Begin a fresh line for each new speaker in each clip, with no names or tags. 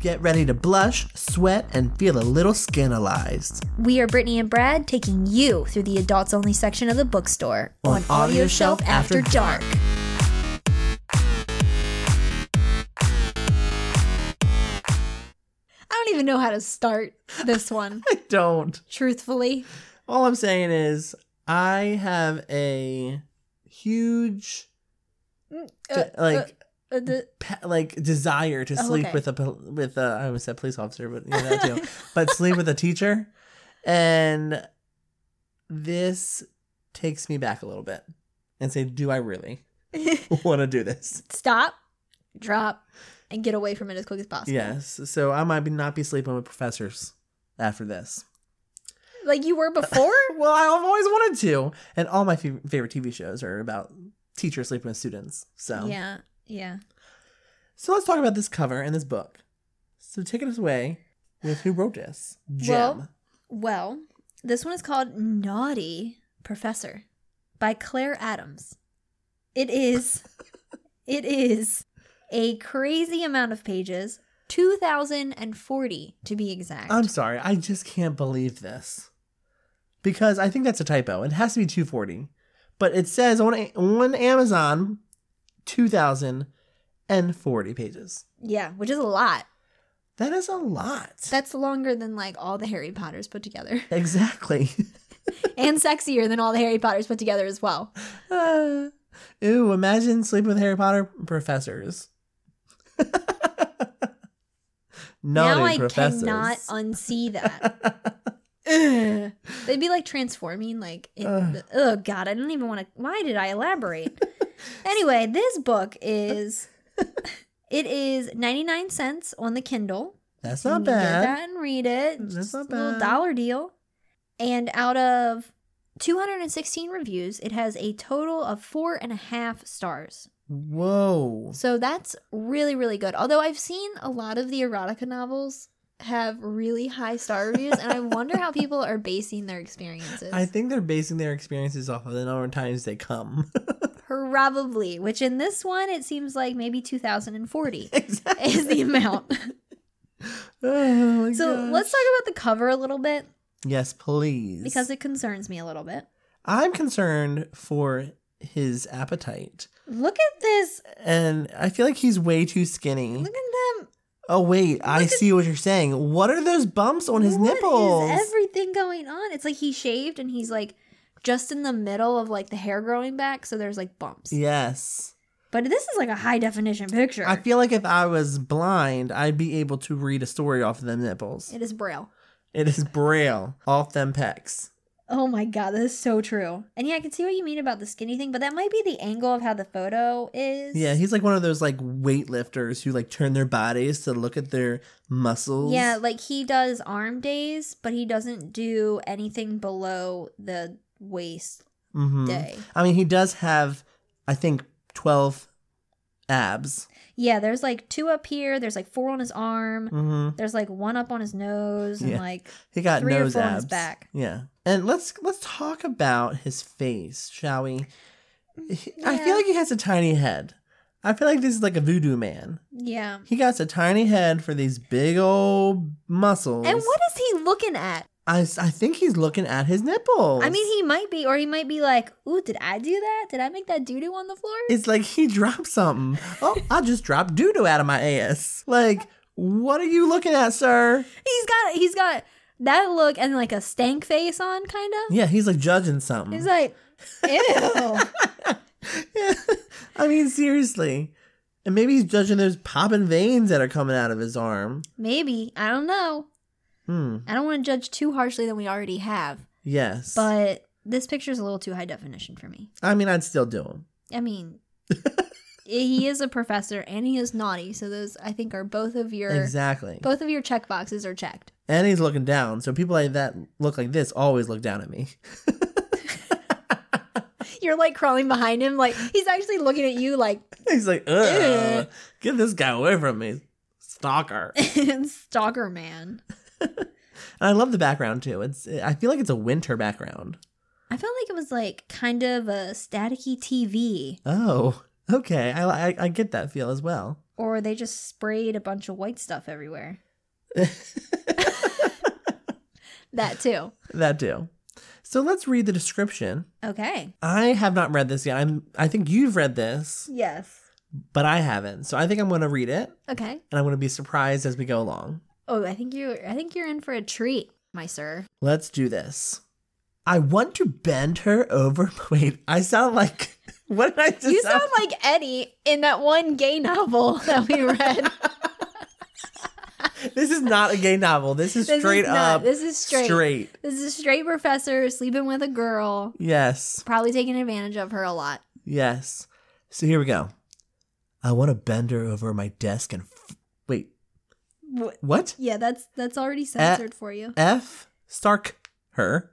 Get ready to blush, sweat, and feel a little scandalized.
We are Brittany and Brad taking you through the adults only section of the bookstore
On Audio Shelf After
dark. I don't even know how to start this one,
I don't.
truthfully.
All I'm saying is, I have a huge,
Uh,
like,
uh, the-
pe- like desire to
Oh,
sleep
okay.
with a pol- with a I almost said police officer, but yeah, that too. but sleep with a teacher, and this takes me back a little bit and say, do I really want to do this?
stop, drop, and get away from it as quick as possible.
Yes. So I might be not be sleeping with professors after this.
Like you were before?
Well, I've always wanted to, and all my fav- favorite TV shows are about teachers sleeping with students. So
Yeah. Yeah.
So let's talk about this cover and this book. So take it away with who wrote this. Jim.
Well- Well, this one is called Naughty Professor by Claire Adams. It is it is a crazy amount of pages, 2040 to be exact.
I'm sorry, I just can't believe this. Because I think that's a typo. It has to be 240. But it says on A- on Amazon 2040 pages.
yeah, which is a lot.
That is a lot.
That's longer than like all the Harry Potters put together
exactly.
and sexier than all the Harry Potters put together as well.
Uh, ooh, imagine sleeping with Harry Potter professors. Naughty
now I
professors.
cannot unsee that. Ugh. They'd be like transforming, like, it,
Ugh.
the- oh God, I don't even want to. Why did I elaborate? anyway, this book is, it is 99 cents on the Kindle.
That's
So you
not
can
bad.
Get that and read it.
That's
Just
not
a little
bad.
dollar deal. And out of 216 reviews, it has a total of four and a half stars.
Whoa.
So that's really, really good. Although I've seen a lot of the erotica novels have really high star reviews, and I wonder how people are basing their experiences.
I think they're basing their experiences off of the number of times they come.
Probably, which in this one, it seems like maybe 2040
exactly.
is the amount.
Oh my
so
gosh.
let's talk about the cover a little bit
Yes, please.
because it concerns me a little bit.
I'm concerned for his appetite,
Look at this.
and I feel like he's way too skinny.
Look at them.
Oh wait, I
Look at-
see what you're saying. What are those bumps on his
What is
nipples?
everything going on? It's like he shaved and he's like just in the middle of like the hair growing back, so there's like bumps.
yes.
But this is like a high definition picture.
I feel like if I was blind, I'd be able to read a story off of them nipples.
It is braille.
It is braille off them pecs.
Oh my god, that is so true. And yeah, I can see what you mean about the skinny thing, but that might be the angle of how the photo is.
Yeah, he's like one of those like weightlifters who like turn their bodies to look at their muscles.
Yeah, like he does arm days, but he doesn't do anything below the waist
hmm
day.
I mean, he does have, I think, twelve abs.
Yeah, there's like two up here, there's like four on his arm,
hmm
there's like one up on his nose, and
Yeah.
like
He got
Three or
nose
four on
abs.
his back.
Yeah, and let's let's talk about his face, shall we? He- I
Yeah.
feel like he has a tiny head. I feel like this is like a voodoo man.
yeah.
He got a tiny head for these big old muscles.
And what is he looking at?
I, s- I think he's looking at his nipples.
I mean, he might be, or he might be like, "Ooh, did I do that? Did I make that doo doo on the floor?"
It's like he dropped something. Oh, I just dropped doo doo out of my ass. Like, what are you looking at, sir?
He's got he's got that look and like a stank face on, kind of.
Yeah, he's like judging something.
He's like, ew.
Yeah. I mean, seriously. And maybe he's judging those popping veins that are coming out of his arm.
Maybe I don't know.
Hmm.
I don't want to judge too harshly than we already have,
Yes.
but this picture's a little too high definition for me.
I mean, I'd still do him.
I mean, he is a professor and he is naughty, so those I think are both of your
Exactly.
both of your check boxes are checked.
and he's looking down. So people like that look like this always look down at me.
You're like crawling behind him, like he's actually looking at you, like
he's like, ugh, get this guy away from me. Stalker.
Eh. stalker man.
And I love the background too. It's I feel like it's a winter background.
I felt like it was like kind of a staticky TV.
Oh, okay. I I, I get that feel as well.
or they just sprayed a bunch of white stuff everywhere. That too.
that do. So let's read the description.
Okay.
I have not read this yet. I'm I think you've read this,
Yes.
but I haven't. So I think I'm going to read it
Okay.
and I'm going to be surprised as we go along.
Oh, I think you I think you're in for a treat, my sir.
Let's do this. I want to bend her over. Wait, I sound like what did I just
you sound like Eddie in that one gay novel that we read.
This is not a gay novel. This is
This is
straight
not-
up
This is straight.
straight.
This is a straight professor sleeping with a girl,
Yes.
probably taking advantage of her a lot.
Yes. So here we go. I want to bend her over my desk and f- wait. What? Eh.
Yeah, that's that's already censored for you.
F Stark her.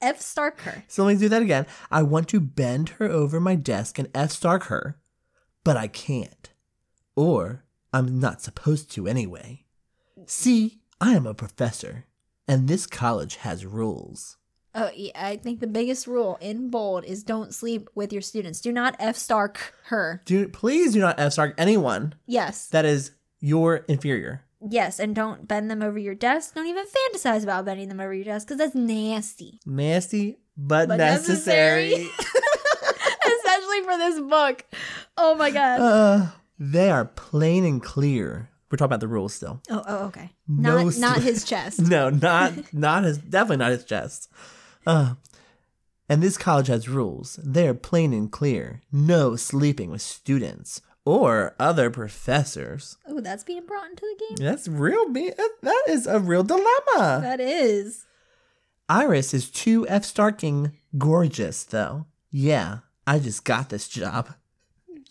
F Stark her.
So let me do that again. I want to bend her over my desk and F Stark her, but I can't. Or I'm not supposed to anyway. See, I am a professor, and this college has rules.
Oh, yeah, I think the biggest rule in bold is don't sleep with your students. Do not F Stark her.
Do please do not F Stark anyone
Yes.
that is your inferior.
Yes, and don't bend them over your desk. Don't even fantasize about bending them over your desk because that's nasty.
Nasty but,
But
necessary.
necessary. Especially for this book. Oh my god.
Uh, they are plain and clear. We're talking about the rules still.
oh, oh, okay.
No
Not not
sleep.
his chest.
No, not not his definitely not his chest. Uh, and this college has rules. They are plain and clear. No sleeping with students or other professors.
Oh, that's being brought into the game.
That's real. Be that- that is a real dilemma.
That is.
Iris is too f starking gorgeous though. Yeah, I just got this job.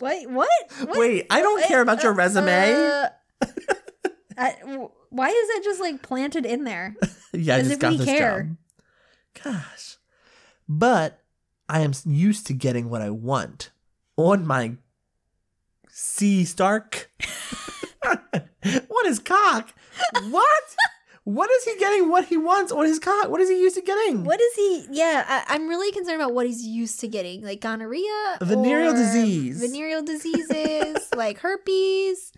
Wait, what? What?
Wait, I don't care about your
Uh,
resume.
uh, I- w- why is it just like planted in there?
Yeah, I
As
just
if
got
we
this
care.
job. Gosh. But I am s- used to getting what I want on my C Stark. what is cock? What? what is he getting what he wants on his cock? What is he used to getting?
What is he? Yeah, I, I'm really concerned about what he's used to getting, like gonorrhea,
Venereal
or
disease.
venereal diseases, like herpes.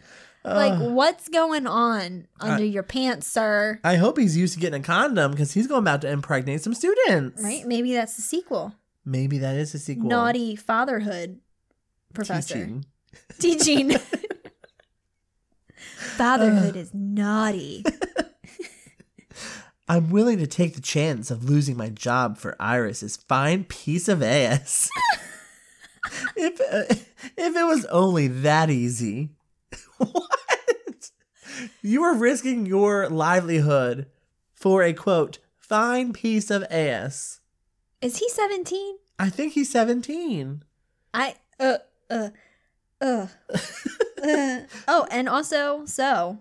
Uh,
like, what's going on under
I-
your pants, sir?
I hope he's used to getting a condom because he's going about to impregnate some students.
right? Maybe that's the sequel.
Maybe that is a sequel.
Naughty fatherhood, professor
Teaching.
teaching. fatherhood is naughty.
I'm willing to take the chance of losing my job for Iris's fine piece of ass. if uh, if it was only that easy. what? You are risking your livelihood for a quote fine piece of ass.
Is he 17?
I think he's 17.
I uh uh uh. uh. Oh, and also, so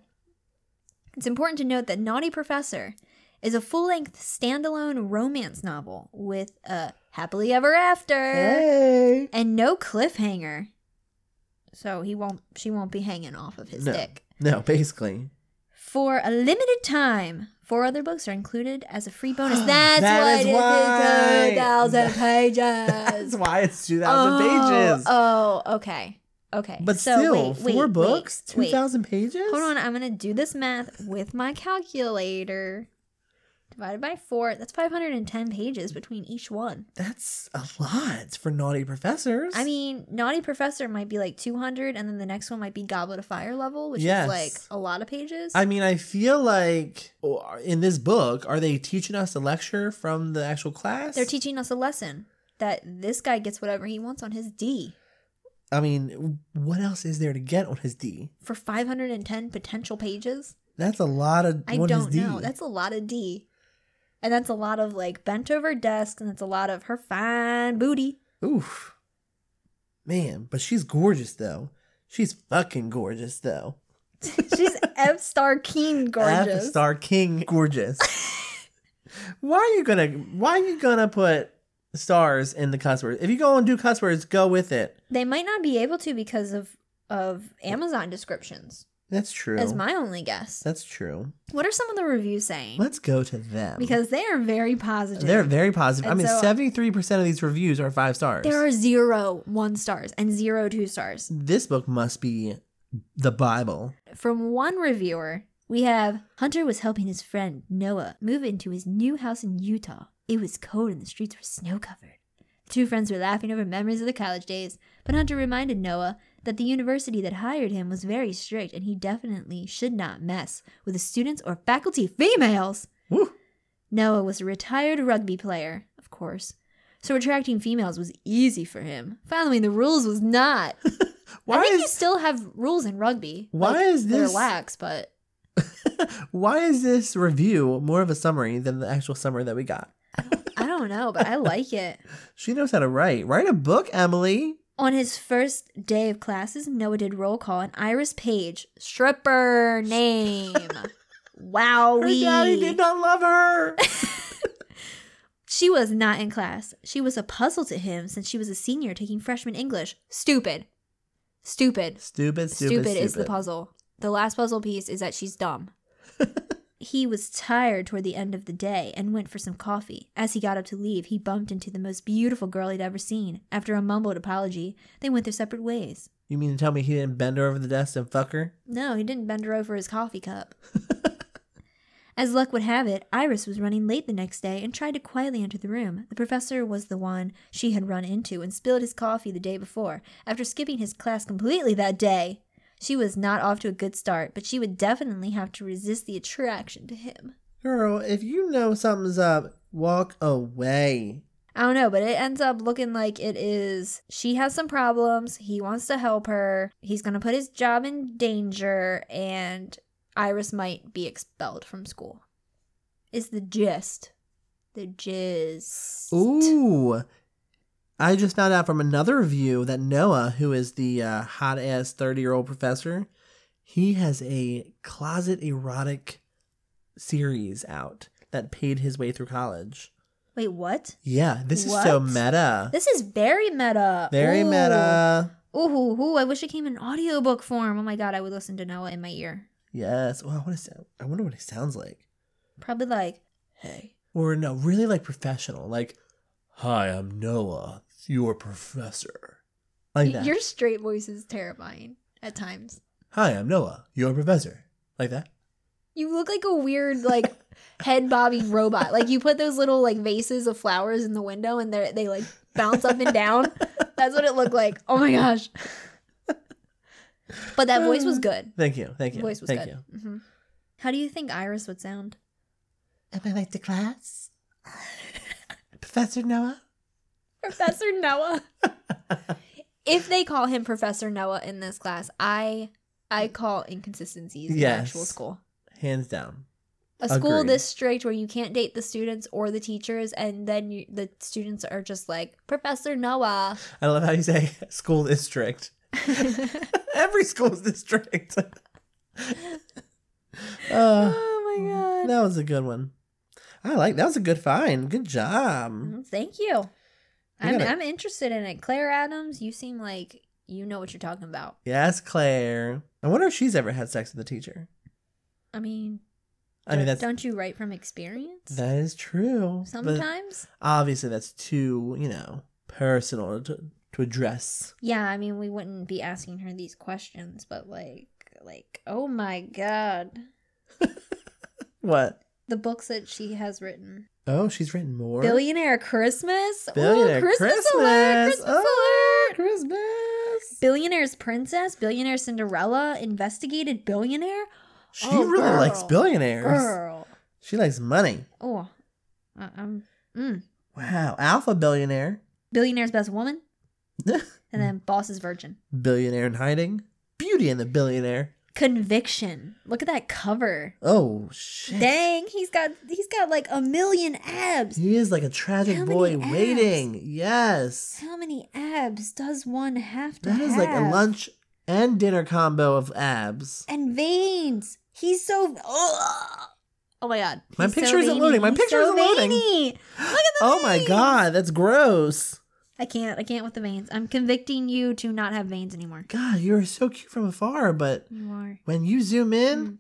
it's important to note that Naughty Professor is a full-length standalone romance novel with a happily ever after
Hey.
and no cliffhanger. So he won't she won't be hanging off of his
No.
dick.
No, basically.
For a limited time, four other books are included as a free bonus. That's
That
why
is
it is
why.
2,000 pages.
That's why it's 2000 pages.
Uh, Oh, okay. Okay.
but
So,
still,
wait, wait,
four
wait,
books,
wait.
2000 pages?
Hold on, I'm going to do this math with my calculator. Divided by four, that's 510 pages between each one.
That's a lot for naughty professors.
I mean, Naughty Professor might be like 200, and then the next one might be Goblet of Fire level, which
Yes.
is like a lot of pages.
I mean, I feel like or- in this book, are they teaching us a lecture from the actual class?
They're teaching us a lesson that this guy gets whatever he wants on his D.
I mean, what else is there to get on his D?
for 510 potential pages.
That's a lot of.
I
on his
don't
D.
know. That's a lot of D. And that's a lot of like bent over desks and that's a lot of her fine booty.
oof, man. But she's gorgeous though. She's fucking gorgeous though.
She's F star keen gorgeous.
F star king gorgeous. why are you gonna? Why are you gonna put stars in the cuss words? If you go and do cuss words, go with it.
They might not be able to because of of Amazon descriptions.
That's true.
Is my only guess.
That's true.
What are some of the reviews saying?
Let's go to them
Because they are very positive.
They're very positive.
And
I mean,
so-
seventy-three percent of these reviews are five stars.
there are zero one stars and zero two stars.
this book must be the Bible.
From one reviewer, we have Hunter was helping his friend Noah move into his new house in Utah. It was cold and the streets were snow covered. The two friends were laughing over memories of the college days, but Hunter reminded Noah that the university that hired him was very strict and he definitely should not mess with the students or faculty females.
Woo.
Noah was a retired rugby player, of course, so attracting females was easy for him. Following the rules was not. I
Why
think you
is
still have rules in rugby.
Why is
they're
this-
lax, but
why is this review more of a summary than the actual summary that we got?
I don't know, but I like it.
She knows how to write. Write a book, Emily.
On his first day of classes, Noah did roll call and Iris Page, stripper name. Oh,
Her daddy did
Wowee.
not love her.
She was not in class. She was a puzzle to him since she was a senior taking freshman English. Stupid. Stupid.
stupid, stupid,
Stupid,
stupid.
is the puzzle. The last puzzle piece is that she's dumb. he was tired toward the end of the day and went for some coffee. As he got up to leave, he bumped into the most beautiful girl he'd ever seen. After a mumbled apology, they went their separate ways.
You mean to tell me he didn't bend her over the desk and fuck her?
No, he didn't bend her over his coffee cup. As luck would have it, Iris was running late the next day and tried to quietly enter the room. The professor was the one she had run into and spilled his coffee the day before, after skipping his class completely that day. She was not off to a good start, but she would definitely have to resist the attraction to him.
Girl, if you know something's up, walk away.
I don't know, but it ends up looking like it is she has some problems, he wants to help her, he's gonna put his job in danger, and Iris might be expelled from school. Is the gist. The gist.
Ooh. I just found out from another review that Noah, who is the uh, hot ass 30 year old professor, he has a closet erotic series out that paid his way through college.
Wait, what?
Yeah, this is so
What?
meta.
This is very meta.
Very
Ooh.
meta.
Ooh, hoo, hoo. I wish it came in audiobook form. Oh my god, I would listen to Noah in my ear.
Yes. Well, I, wanna sound, I wonder what it sounds like.
Probably like, hey.
Or no, really like professional. Like, hi, I'm Noah, your professor. Like that.
Your straight voice is terrifying at times.
Hi, I'm Noah, your professor. Like that.
You look like a weird like head bobbing robot. Like you put those little like vases of flowers in the window and they they like bounce up and down. That's what it looked like. Oh my gosh. But that voice was good.
Thank you. Thank
The
you.
voice was
thank
good.
you.
hmm How do you think Iris would sound?
Am I late to class? Professor Noah?
Professor Noah. if they call him Professor Noah in this class, I I call inconsistencies in
Yes.
actual school.
Hands down.
a school
Agreed.
this strict where you can't date the students or the teachers and then you, the students are just like professor noah
I love how you say school district. Uh, Every school's district. uh,
oh my Oh god
that was a good one. I like that was a good find. Good job.
Mm, thank you I'm,
gotta-
I'm interested in it claire adams you seem like you know what you're talking about
Yes, Claire. I wonder if she's ever had sex with a teacher.
i mean
I mean
don't-
that's
don't you write from experience
that is true. but
sometimes
obviously that's too, you know, personal to, to address.
yeah i mean we wouldn't be asking her these questions but like like oh my god
What?
the books that she has written
Oh, she's written more.
Billionaire Christmas. Ooh,
Billionaire
Christmas alert.
Christmas. Oh.
Christmas alert.
Christmas.
Billionaire's Princess, Billionaire Cinderella, Investigated Billionaire.
She
Oh,
really
girl.
likes billionaires.
Girl.
She likes money.
Oh. Uh, um, mm.
Wow. Alpha billionaire.
Billionaire's Best Woman.
Mm.
And then Boss's Virgin.
billionaire in hiding. Beauty and the billionaire.
Conviction. Look at that cover.
Oh shit.
Dang, he's got he's got like a million abs.
He is like a tragic
How many
boy
abs?
waiting. Yes.
How many abs does one have to
That
have?
is like a lunch and dinner combo of abs.
and veins. He's so. Oh, my god.
My
He's so
picture isn't
veiny.
loading. My
He's
picture
so
isn't loading.
veiny.
Oh my
veins.
god, that's gross.
I can't. I can't with the veins. I'm convicting you to not have veins anymore.
God, you're so cute from afar, but
You are.
when you zoom in,
Mm.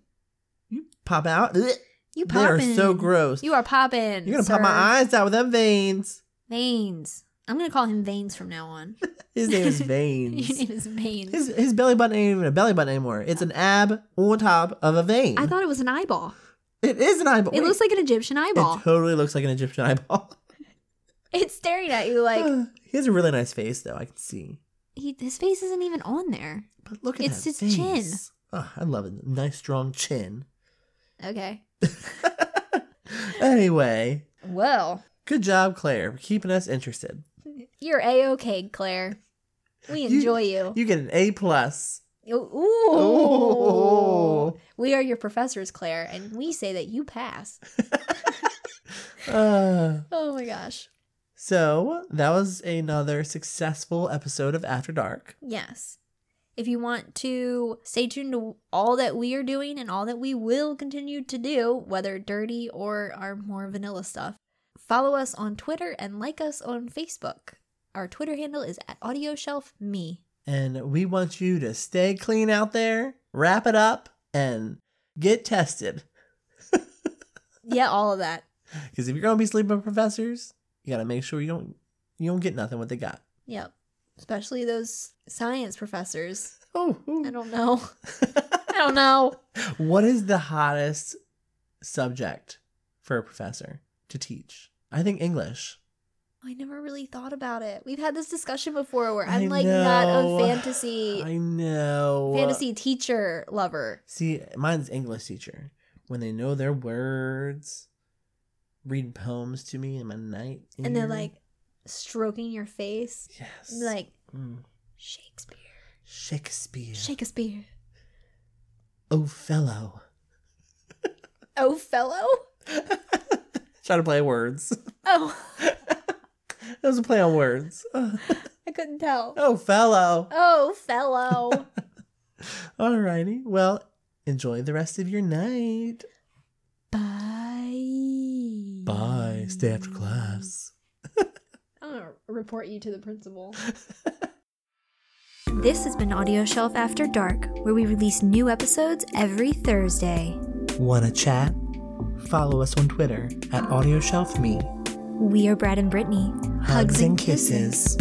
you pop out. Ugh.
You
They are
popping.
so gross.
You are popping.
You're gonna pop my
sir.
eyes out with them veins.
Veins. I'm gonna call him Veins from now on.
His name is
Your
Veins.
name is Veins.
His his belly button ain't even a belly button anymore. It's an ab on top of a vein.
I thought it was an eyeball.
it is an eyeball.
It looks like an Egyptian eyeball.
It totally looks like an Egyptian eyeball.
It's staring at you like
he has a really nice face though. I can see.
he, his face isn't even on there.
But look at
It's
that
his chin.
face. Oh, I love it. Nice strong chin.
Okay.
anyway,
Well,
good job, Claire, for keeping us interested.
you're a okay, Claire. We
You-
enjoy you.
You get an A plus. Oh.
Ooh.
Ooh.
We are your professors, Claire, and we say that you pass.
Uh,
Oh my gosh.
so that was another successful episode of After Dark.
Yes. If you want to stay tuned to all that we are doing and all that we will continue to do, whether dirty or our more vanilla stuff, follow us on Twitter and like us on Facebook. Our Twitter handle is at AudioShelfMe.
And we want you to stay clean out there, wrap it up, and get tested.
Yeah, all of that.
Because if you're gonna be sleeping with professors, you gotta make sure you don't you don't get nothing what they got.
Yep. Especially those science professors.
Oh,
I don't know. I don't know.
what is the hottest subject for a professor to teach? I think English.
I never really thought about it. We've had this discussion before where
I
I'm like not
know.
a fantasy
I know.
fantasy teacher lover.
See, mine's English teacher. When they know their words, reading poems to me in my night,
and they're
ear.
like stroking your face
yes,
and like
Mm.
shakespeare
Shakespeare,
shakespeare
Othello.
oh fellow
Try to play words.
oh
that was a play on words.
i couldn't tell
oh, fellow.
oh fellow
Alrighty. Well, enjoy the rest of your night.
bye
Bye. Stay after class.
i'm gonna report you to the principal this has been audio shelf after dark where we release new episodes every thursday
Wanna chat? Follow us on Twitter at AudioShelfMe.
we are brad and brittany
Hugs and kisses.